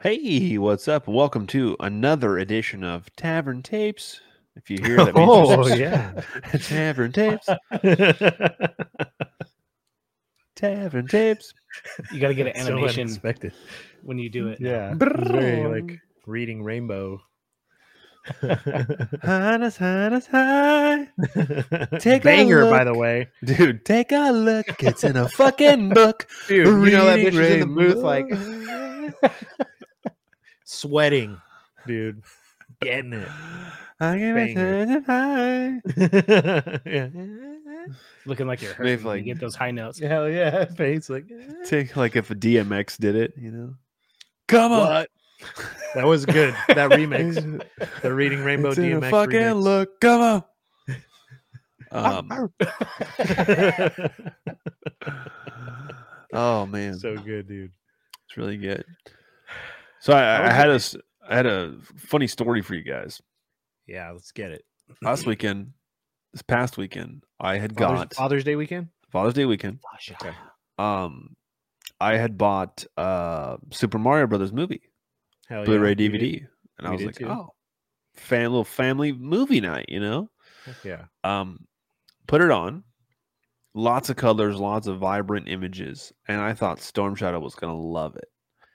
Hey, what's up? Welcome to another edition of Tavern Tapes. If you hear that, means oh it's- yeah. Tavern Tapes, you Tavern Tapes. You got to get an animation expected. when you do it. Yeah. it was Very Brrrr. like reading rainbow. Highness, highness, high. Take a Banger, by look. the way. Dude, take a look. It's in a fucking book. Dude, Reading bitch was Rainbow. sweating, dude. Getting it. I give it to Banger. the high. yeah. Looking like you're Maybe hurting. when like- you get those high notes. Hell yeah. Face like Take like if DMX did it, you know. Come on. what? That was good. That remix. The reading rainbow It's in a DMX fucking remix. look. Come on. Um, oh man, so good, dude. it's really good. So I, I was had a s- I had a funny story for you guys. Yeah, let's get it. Last weekend, this past weekend, I had Father's, got Father's Day weekend. Father's Day weekend. Okay. Um, I had bought uh Super Mario Brothers movie Hell Blu-ray Oh, yeah, we did. DVD, and I We was did like, too. oh, fan little family movie night, you know. Heck Yeah. um put it on lots of colors lots of vibrant images and i thought storm shadow was gonna love it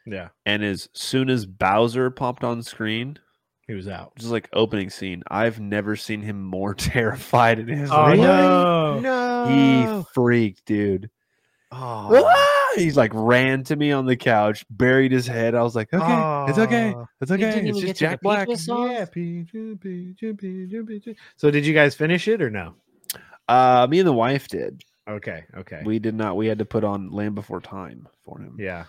Yeah. and as soon as bowser popped on screen He was out. just like opening scene i've never seen him more terrified in his Oh, life no. he freaked dude Oh. Ah! he's like ran to me on the couch buried his head i was like okay it's Oh. okay it's okay didn't it's even just get to the jack black peaceful song? Yeah, pee, choo, pee, choo, pee, choo, pee, choo. So did you guys finish it or no? uh me and the wife did Okay. Okay. we did not we had to put on land before time for him yeah.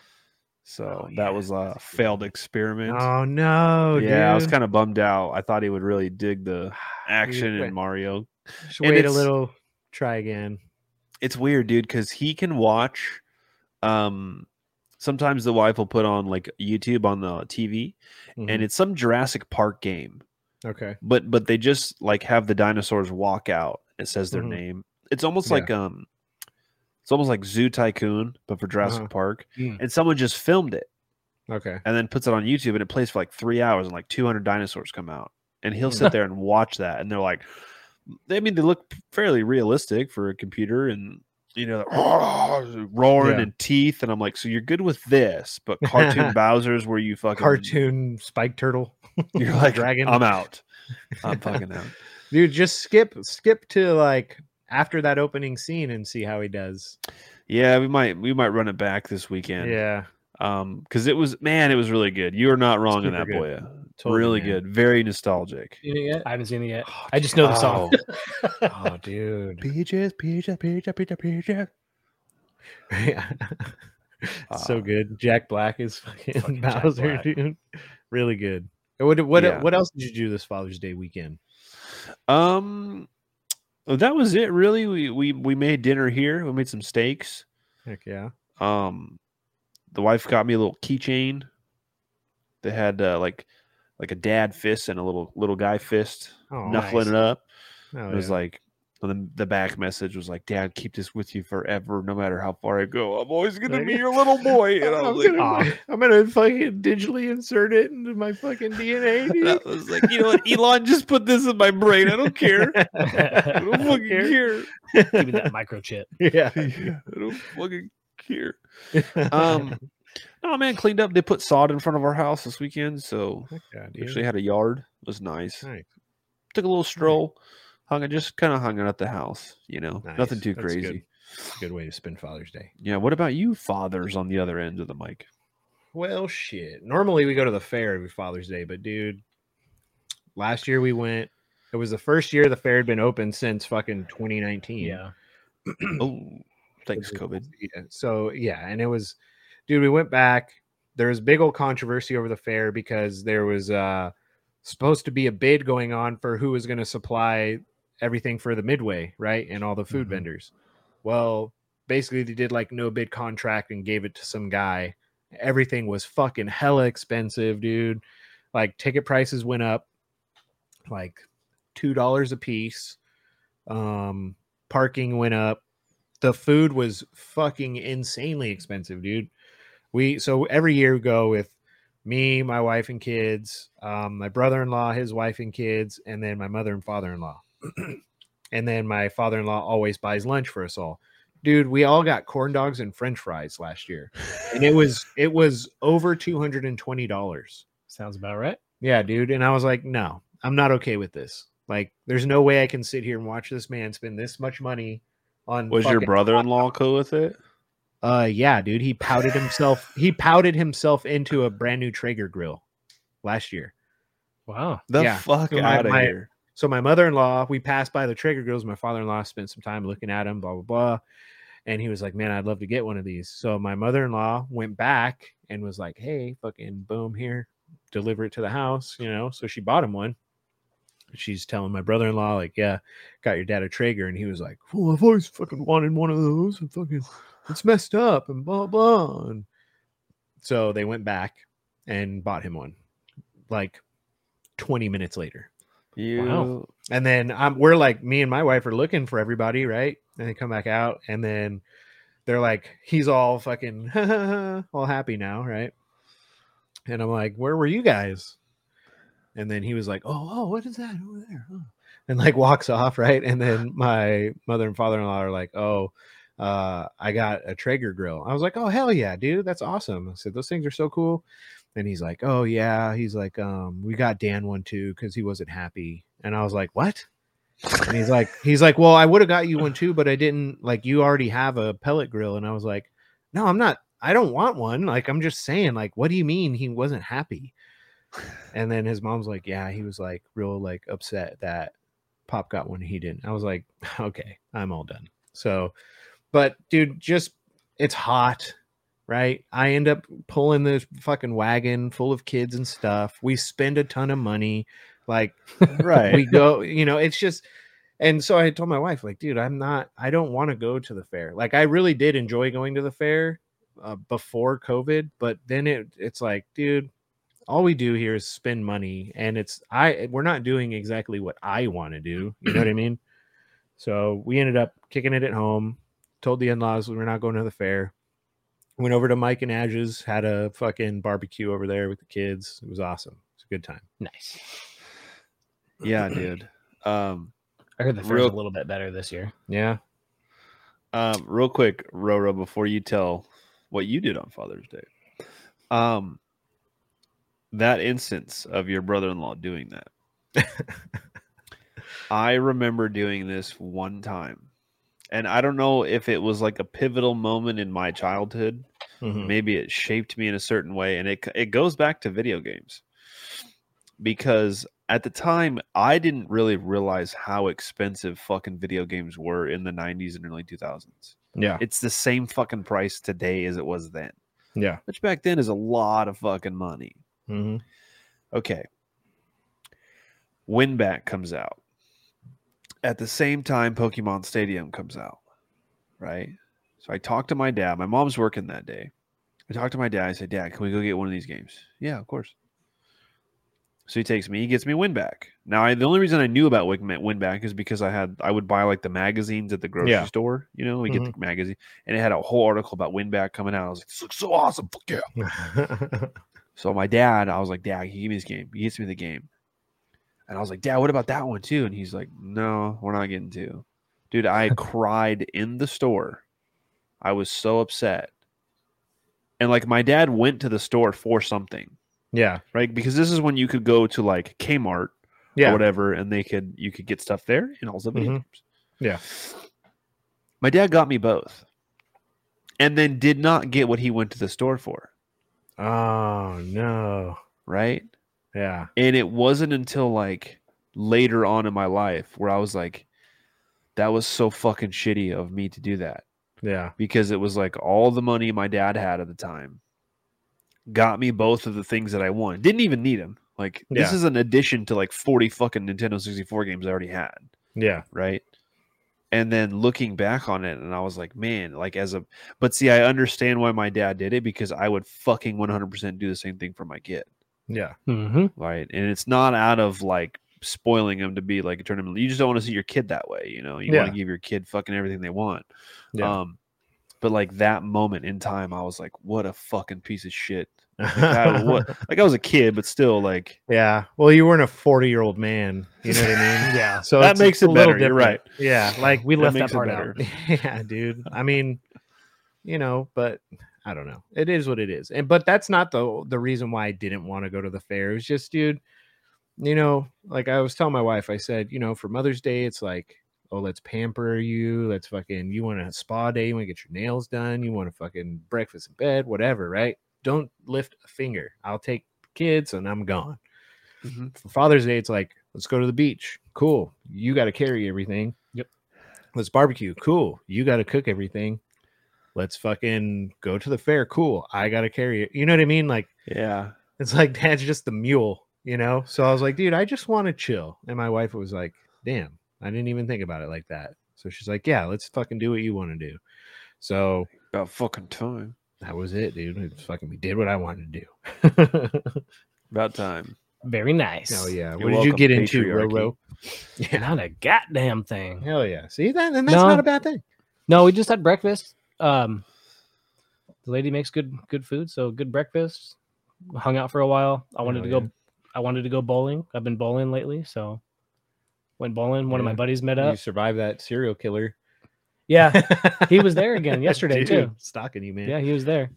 So Oh, that yeah, was a that's a good failed experiment. Oh no. yeah, I was dude. kind of bummed out. I thought he would really dig the action went- in Mario. Just and wait a it's- little. Try again. It's weird, dude, because he can watch. Um, sometimes the wife will put on like YouTube on the TV, and it's some Jurassic Park game, Mhm. Mm-hmm. okay. but but they just like have the dinosaurs walk out. It says their Mhm. name. It's almost Yeah. like um, it's almost like Zoo Tycoon, but for Jurassic Uh-huh. Park. Mm. And someone just filmed it. Okay. and then puts it on YouTube and it plays for like three hours and like 200 dinosaurs come out. And he'll sit there and watch that. And they're like, I mean, they look fairly realistic for a computer and, you know, roaring Yeah. and teeth. And I'm like, so you're good with this, but cartoon Bowser's where you fucking Cartoon Spike Turtle. You're like, dragon. I'm out. I'm fucking out. dude just skip skip to like after that opening scene and see how he does Yeah, we might we might run it back this weekend. yeah Um, because it was man, it was really good. You are not wrong in Super that, good. Boya. Totally, really man. good. Very nostalgic. Oh, I haven't seen it yet. I just know the song. oh dude Peaches, peaches, peaches, peaches, peaches. Yeah. so Ah. good jack black is fucking, Fucking Jack bowser Black. dude really good And what what Yeah. what else did you do this father's day weekend Um, well, that was it. Really, we we we made dinner here. We made some steaks. heck yeah Um, the wife got me a little keychain. They had uh, like like a dad fist and a little little guy fist oh knuckling nice. it up. oh, it was yeah. like and then the back message was like, "Dad, keep this with you forever, no matter how far I go. I'm always gonna Like- be your little boy." And I I'm, was like, gonna, "Aw." I'm gonna fucking digitally insert it into my fucking DNA. And I Dude. was like, "You know what? Elon just put this in my brain. I don't care. I don't Give fucking care. me that microchip. Yeah, I don't fucking care." yeah. Um, no man, cleaned up. They put sod in front of our house this weekend, so Heck yeah, we dude. actually had a yard. It was nice. Nice. Took a little stroll, hung it, just kind of hung out at the house. You know, nothing Nice. too That's good. crazy. It's a good way to spend Father's Day. Yeah. What about you, fathers on the other end of the mic? Well, shit. Normally we go to the fair every Father's Day, but dude, last year we went. It was the first year the fair had been open since fucking 2019. Yeah. oh, thanks, COVID. Yeah, So yeah, and it was, dude. We went back. There was big old controversy over the fair because there was uh supposed to be a bid going on for who was going to supply everything for the midway, right, and all the food Mhm. vendors. Well, basically they did like no bid contract and gave it to some guy. Everything was fucking hella expensive, dude. Like ticket prices went up like two dollars a piece. Um, parking went up. The food was fucking insanely expensive, dude. We so every year we go with me, my wife and kids, um, my brother-in-law, his wife and kids, and then my mother and father-in-law. and then my father-in-law always buys lunch for us all. Dude, we all got corn dogs and french fries last year. And it was it was over $220. Sounds about right. Yeah, dude. And I was like, no, I'm not okay with this. Like, there's no way I can sit here and watch this man spend this much money on. Was your fucking- brother-in-law cool with it? Uh, yeah, dude. He pouted himself. he pouted himself into a brand new Traeger grill last year. Wow. The Yeah. fuck So my- out of my- here! So my mother-in-law, we passed by the Traeger grills. My father-in-law spent some time looking at them, blah blah blah, and he was like, "Man, I'd love to get one of these." So my mother-in-law went back and was like, "Hey, fucking boom here, deliver it to the house," you know. So she bought him one. She's telling my brother-in-law, like, "Yeah, got your dad a Traeger," and he was like, "Well, I've always fucking wanted one of those, and fucking, it's messed up, and blah blah." And so they went back and bought him one, like, twenty minutes later. You, Wow. And then I'm, we're like, me and my wife are looking for everybody, right? And they come back out, and then they're like, he's all fucking all happy now, right? And I'm like, where were you guys? And then he was like, oh, oh, what is that over there? huh?" And like walks off, right? And then my mother and father in law are like, oh, uh, I got a Traeger grill. I was like, oh, hell yeah, dude. That's awesome. I said, those things are so cool. And he's like, "Oh yeah." He's like, "Um, we got Dan one too because he wasn't happy." And I was like, "What?" And he's like, "He's like, well, I would have got you one too, but I didn't. Like, you already have a pellet grill." And I was like, "No, I'm not. I don't want one. Like, I'm just saying. Like, what do you mean he wasn't happy?" And then his mom's like, "Yeah, he was like real like upset that Pop got one and he didn't." I was like, "Okay, I'm all done." So, but dude, just it's hot right? I end up pulling this fucking wagon full of kids and stuff. We spend a ton of money. Like right? we go, you know, it's just and so I told my wife, like, dude, I'm not I don't want to go to the fair. Like I really did enjoy going to the fair uh, before COVID, but then it it's like, dude, all we do here is spend money and it's I we're not doing exactly what I want to do. You know what I mean? So we ended up kicking it at home, told the in-laws we were not going to the fair. Went over to Mike and Ash's, had a fucking barbecue over there with the kids. It was awesome. It's a good time. Nice. yeah, dude. Um, I heard the fair's Real- a little bit better this year. Yeah. Um, real quick, Roro, before you tell what you did on Father's Day, um, that instance of your brother-in-law doing that, I remember doing this one time, and I don't know if it was like a pivotal moment in my childhood. Hmm. Mhm. Maybe it shaped me in a certain way, and it it goes back to video games because at the time I didn't really realize how expensive fucking video games were in the '90s and early 2000s Yeah. it's the same fucking price today as it was then, Yeah. which back then is a lot of fucking money. hmm Okay. Winback comes out. At the same time, Pokemon Stadium comes out. Right. So I talked to my dad. My mom's working that day. I talked to my dad. I said, Dad, can we go get one of these games? Yeah, of course. So he takes me, he gets me Winback. Now, I, the only reason I knew about Win- Winback is because I had, I would buy like the magazines at the grocery Yeah. store. You know, we get the magazine and it had a whole article about Winback coming out. I was like, this looks so awesome. Fuck yeah. So my dad, I was like, Dad, can you give me this game? He gets me the game. And I was like, Dad, what about that one too? And he's like, No, we're not getting two. Dude, I cried in the store. I was so upset. And like my dad went to the store for something, Yeah. right? Because this is when you could go to like Kmart or Yeah. whatever, and they could you could get stuff there and also video Mhm. games. Yeah. My dad got me both. And then did not get what he went to the store for, Oh no. right? Yeah. And it wasn't until like later on in my life where I was like, that was so fucking shitty of me to do that Yeah. because it was like all the money my dad had at the time got me both of the things that I wanted. Didn't even need them. Like, this Yeah. is an addition to like 40 fucking Nintendo 64 games I already had Yeah. right? And then looking back on it, and I was like, man, like as a, but see, I understand why my dad did it because I would fucking 100% do the same thing for my kid, Yeah. Mm-hmm. right? And it's not out of like spoiling them to be like a tournament. You just don't want to see your kid that way, you know? You want Yeah. to give your kid fucking everything they want. Yeah. Um, But like that moment in time, I was like, what a fucking piece of shit. I, what, like I was a kid, but still like Yeah. Well, you weren't a 40 year old man. You know what I mean? yeah. So that it's a makes it little better. You're different. right. Yeah. Like we That left that makes it part out. yeah, dude. I mean, you know, but I don't know. It is what it is. And but that's not the the reason why I didn't want to go to the fair. It was just, dude, you know, like I was telling my wife, I said, you know, for Mother's Day, it's like, oh, let's pamper you. Let's fucking you want a spa day, you want to get your nails done, you want to fucking breakfast in bed, whatever, right? Don't lift a finger. I'll take kids and I'm gone for Father's Day, it's like, let's go to the beach. Cool. You got to carry everything. Yep. Let's barbecue. Cool. You got to cook everything. Let's fucking go to the fair. Cool. I got to carry it. You know what I mean? Like, Yeah. it's like dad's just the mule, you know? So I was like, dude, I just want to chill. And my wife was like, damn, I didn't even think about it like that. So she's like, yeah, let's fucking do what you want to do. So About fucking time. that was it, dude. It's fucking, we did what I wanted to do. About time. Very nice. Hell yeah. What You're did you welcome, get into, patriarchy. Roro? Yeah, Not a goddamn thing. Hell yeah. See that? And that's No. not a bad thing. No, we just had breakfast. Um, the lady makes good good food, so good breakfast. Hung out for a while. I wanted Hell to go. I wanted to go bowling. I've been bowling lately, so went bowling. One of my Yeah. buddies met You up. survived that serial killer. Yeah, he was there again yesterday, Dude, too. Stalking you, man. yeah, he was there.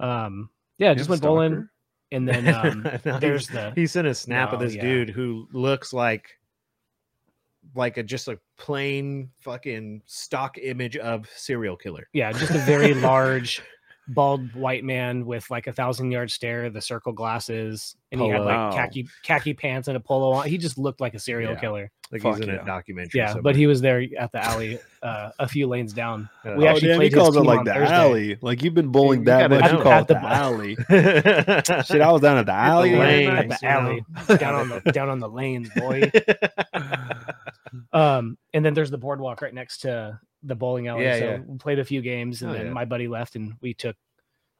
Um, yeah, You just have went a bowling, stalker? and then um, No, he- there's the he sent a snap of No, this yeah. dude who looks like like a just a plain fucking stock image of serial killer. yeah, just a very large bald white man with like a thousand yard stare, the circle glasses, and he had Polo. Wow. like khaki khaki pants and a polo on. He just looked like a serial Yeah. killer. Like Fuck he's in yeah. a documentary. Yeah, but he was there at the alley uh, a few lanes down. we oh, actually damn, played he his calls it team like on the Thursday. alley. Like you've been bowling You that gotta much, you know. call At it the the, bar. alley. actually Shit, I was down at the alley. the other lanes, night. at the you know? alley, down on the down on the lanes, boy. Um, and then there's the boardwalk right next to the bowling alley. Yeah, so yeah. we played a few games, and Oh, then yeah. my buddy left, and we took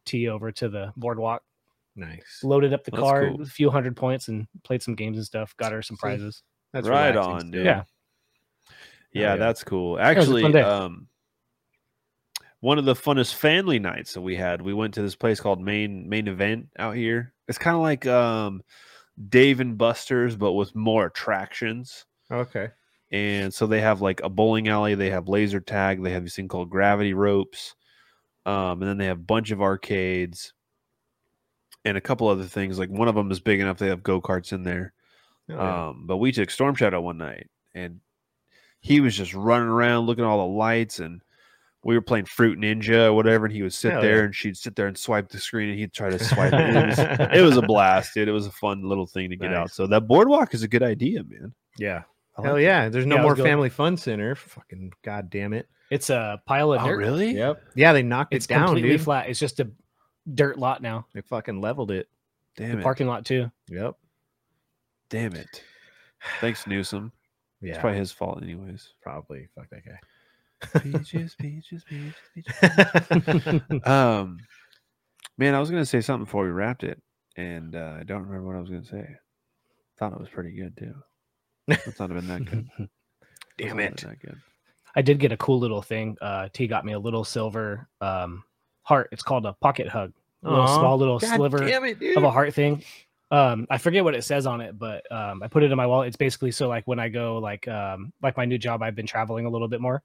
T over to the boardwalk, nice. loaded up the That's car, cool. a few hundred points, and played some games and stuff. Got her some See? prizes. That's right relaxing on, stuff. dude. Yeah. Yeah, yeah. that's cool. was a Actually, fun day. um, one of the funnest family nights that we had, we went to this place called Main Main Event out here. It's kind of like um, Dave and Buster's, but with more attractions. Okay. And so they have like a bowling alley, they have laser tag, they have this thing called gravity ropes, um, and then they have a bunch of arcades and a couple other things. Like one of them is big enough they have go karts in there. Oh, yeah. Um, but we took Storm Shadow one night, and he was just running around looking at all the lights, and we were playing Fruit Ninja or whatever, and he would sit Hell there, yeah. and she'd sit there and swipe the screen, and he'd try to swipe it. It was, it was a blast, dude. It was a fun little thing to get out. Nice. So that boardwalk is a good idea, man. yeah. I Hell like yeah. There's no Yeah, it was more good. family fun center. Fucking goddamn it. It's a pile that. of Oh, dirt. really? Yep. Yeah, they knocked It's it down, completely dude. flat. It's just a dirt lot now. They fucking leveled it. Damn the it! parking lot too. Yep. Damn it! Thanks, Newsom. Yeah. It's probably his fault, anyways. probably. Fuck that guy. Peaches, peaches, peaches, peaches. um, man, I was gonna say something before we wrapped it, and uh, I don't remember what I was gonna say. Thought it was pretty good too. That's not have been that good. Damn That's it. not been I did get a cool little thing. Uh, T got me a little silver um, heart. It's called a pocket hug. A little Aw. small little God sliver damn it, dude. of a heart thing. Um, I forget what it says on it, but um, I put it in my wallet. It's basically so like when I go like um, like my new job, I've been traveling a little bit more.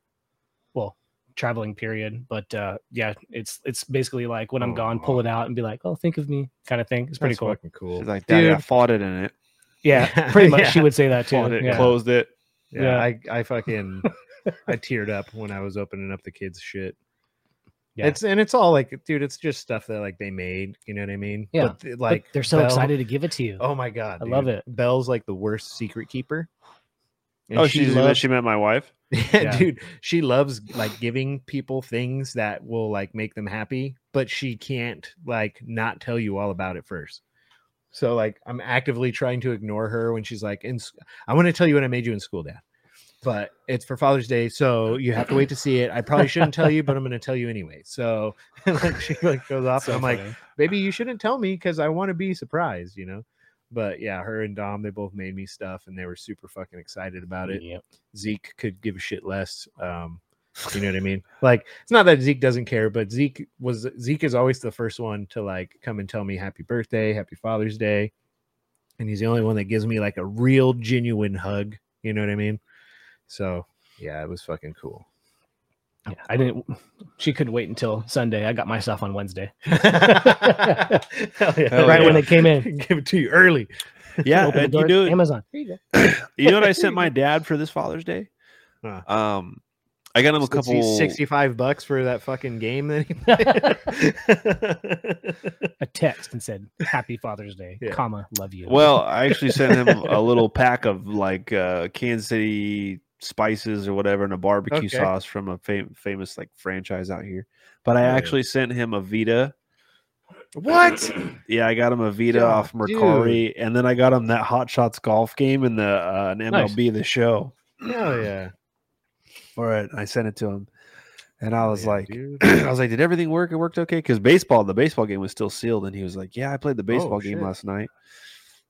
Well, traveling period, but uh, yeah, it's it's basically like when I'm gone, Aw. pull it out and be like, oh, think of me, kind of thing. It's pretty That's cool. Fucking good. cool. She's like, Daddy, I Dude. fought it in it. Yeah, pretty much. She Yeah. would say that too. Fought it, Yeah. closed it. Yeah, Yeah. I, I fucking I teared up when I was opening up the kids' shit. Yeah. It's and it's all like, dude, it's just stuff that like they made. You know what I mean? Yeah. But, th- But like they're so Belle- excited to give it to you. Oh my god, I love dude. it. Belle's like the worst secret keeper. And oh, she's loves- she met my wife. Yeah. dude. She loves like giving people things that will like make them happy, but she can't like not tell you all about it first. So like I'm actively trying to ignore her when she's like, "In s- I want to tell you what I made you in school, Dad." But it's for Father's Day, so you have to wait to see it. I probably shouldn't tell you, but I'm going to tell you anyway. So like she like goes off, So and I'm like, funny. maybe you shouldn't tell me because I want to be surprised, you know. But yeah, her and Dom, they both made me stuff, and they were super fucking excited about it. Yep. Zeke could give a shit less. Um, You know what I mean? Like it's not that Zeke doesn't care, but Zeke was Zeke is always the first one to like come and tell me happy birthday, happy Father's Day. And he's the only one that gives me like a real genuine hug. You know what I mean? So yeah, it was fucking cool. Yeah, I didn't. She couldn't wait until Sunday. I got my stuff on Wednesday, Hell yeah. right yeah. when they came in. give it to you early. Yeah, Open the and you door, do it- Amazon. Here you go. you know what I sent my dad for this Father's Day? Huh. Um, I got him a couple. 65 bucks for that fucking game that he played. A text and said, "Happy Father's Day, Yeah. comma love you." Well, I actually sent him a little pack of like uh, Kansas City spices or whatever, and a barbecue Okay. sauce from a fam- famous like franchise out here. But I Oh, yeah. actually sent him a Vita. what? Yeah, I got him a Vita God, off Mercari, and then I got him that Hot Shots golf game in the uh, an Nice. MLB the show. Hell yeah. All right, I sent it to him, and I was Yeah, like, dude. I was like, did everything work? It worked okay because baseball, the baseball game was still sealed, and he was like, yeah, I played the baseball game shit. last night,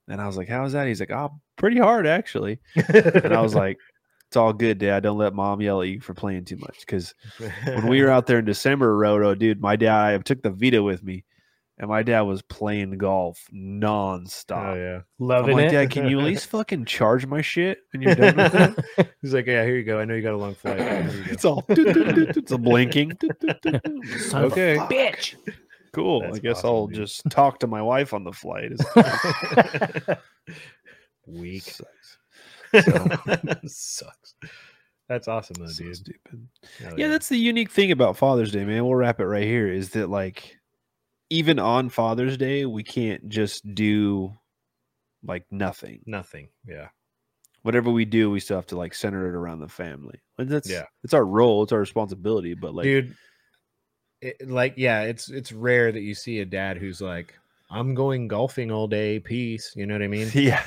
and I was like, how was that? He's like, oh, pretty hard actually, and I was like, it's all good, Dad. Don't let Mom yell at you for playing too much because when we were out there in December, Roto, dude, my dad, I took the Vita with me, and my dad was playing golf nonstop. Oh yeah. I'm loving like, it. Dad, can you at least fucking charge my shit when you're done with it? He's like, yeah, here you go. I know you got a long flight. Here you go." it's all doot, doot, doot, doot. it's a blinking. Doot, doot, doot, doot. Son of a Okay. bitch. Cool. That's I guess awesome, I'll dude. just talk to my wife on the flight. It's- Weak. sucks. that sucks. That's awesome though, So dude. stupid. Hell Yeah, that's the unique thing about Father's Day, man. We'll wrap it right here. Is that like even on Father's Day, we can't just do like nothing. nothing. Yeah. Whatever we do, we still have to like center it around the family. And that's Yeah. it's our role, it's our responsibility. But like dude it, like yeah it's it's rare that you see a dad who's like i'm going golfing all day peace you know what i mean yeah.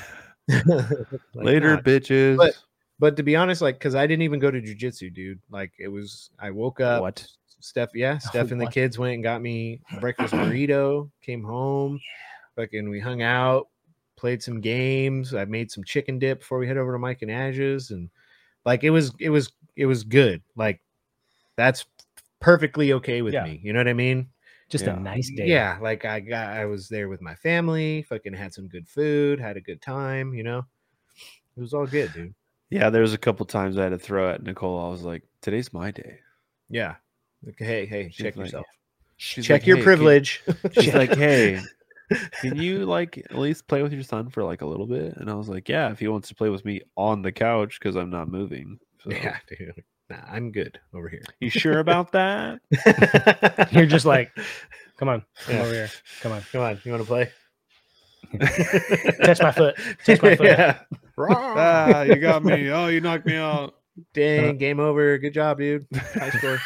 Like, Later, nah. bitches. but to be honest like because i didn't even go to jujitsu dude like it was i woke up what? steph yeah Oh, steph and the What? kids went and got me a breakfast burrito came home fucking we hung out played some games i made some chicken dip before we head over to mike and ash's and like it was it was it was good like that's perfectly okay with Yeah. me you know what i mean Just Yeah. a nice day. yeah, like I got I was there with my family, fucking had some good food, had a good time, you know. It was all good, dude. Yeah, there was a couple times I had to throw at Nicole. I was like, today's my day. Yeah. Like, hey, hey, She's check like- yourself. She's check like, your "Hey, can- privilege. She's like, "Hey, can you like at least play with your son for like a little bit?" And I was like, "Yeah, if he wants to play with me on the couch because I'm not moving." So, yeah, Oh, dude. Nah, I'm good over here. you sure about that? You're just like, come on, come Yeah. over here, come on. come on, you want to play? Touch my foot. Touch my foot. Yeah. ah, you got me. Oh, you knocked me out. Dang, game over. Good job, dude. High score.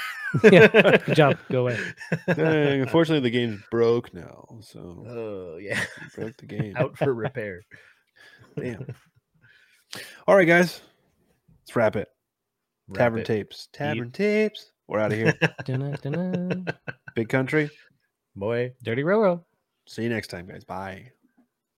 Yeah, Good job. Go away. Dang, unfortunately, the game's broke now, so Oh, yeah. you broke the game. Out for repair. Damn. All right, guys, let's wrap it. Wrap Tavern it. tapes. Tavern tapes. We're out of here. Dunna, dunna. Big country. Boy. Dirty Roro. See you next time, guys. Bye.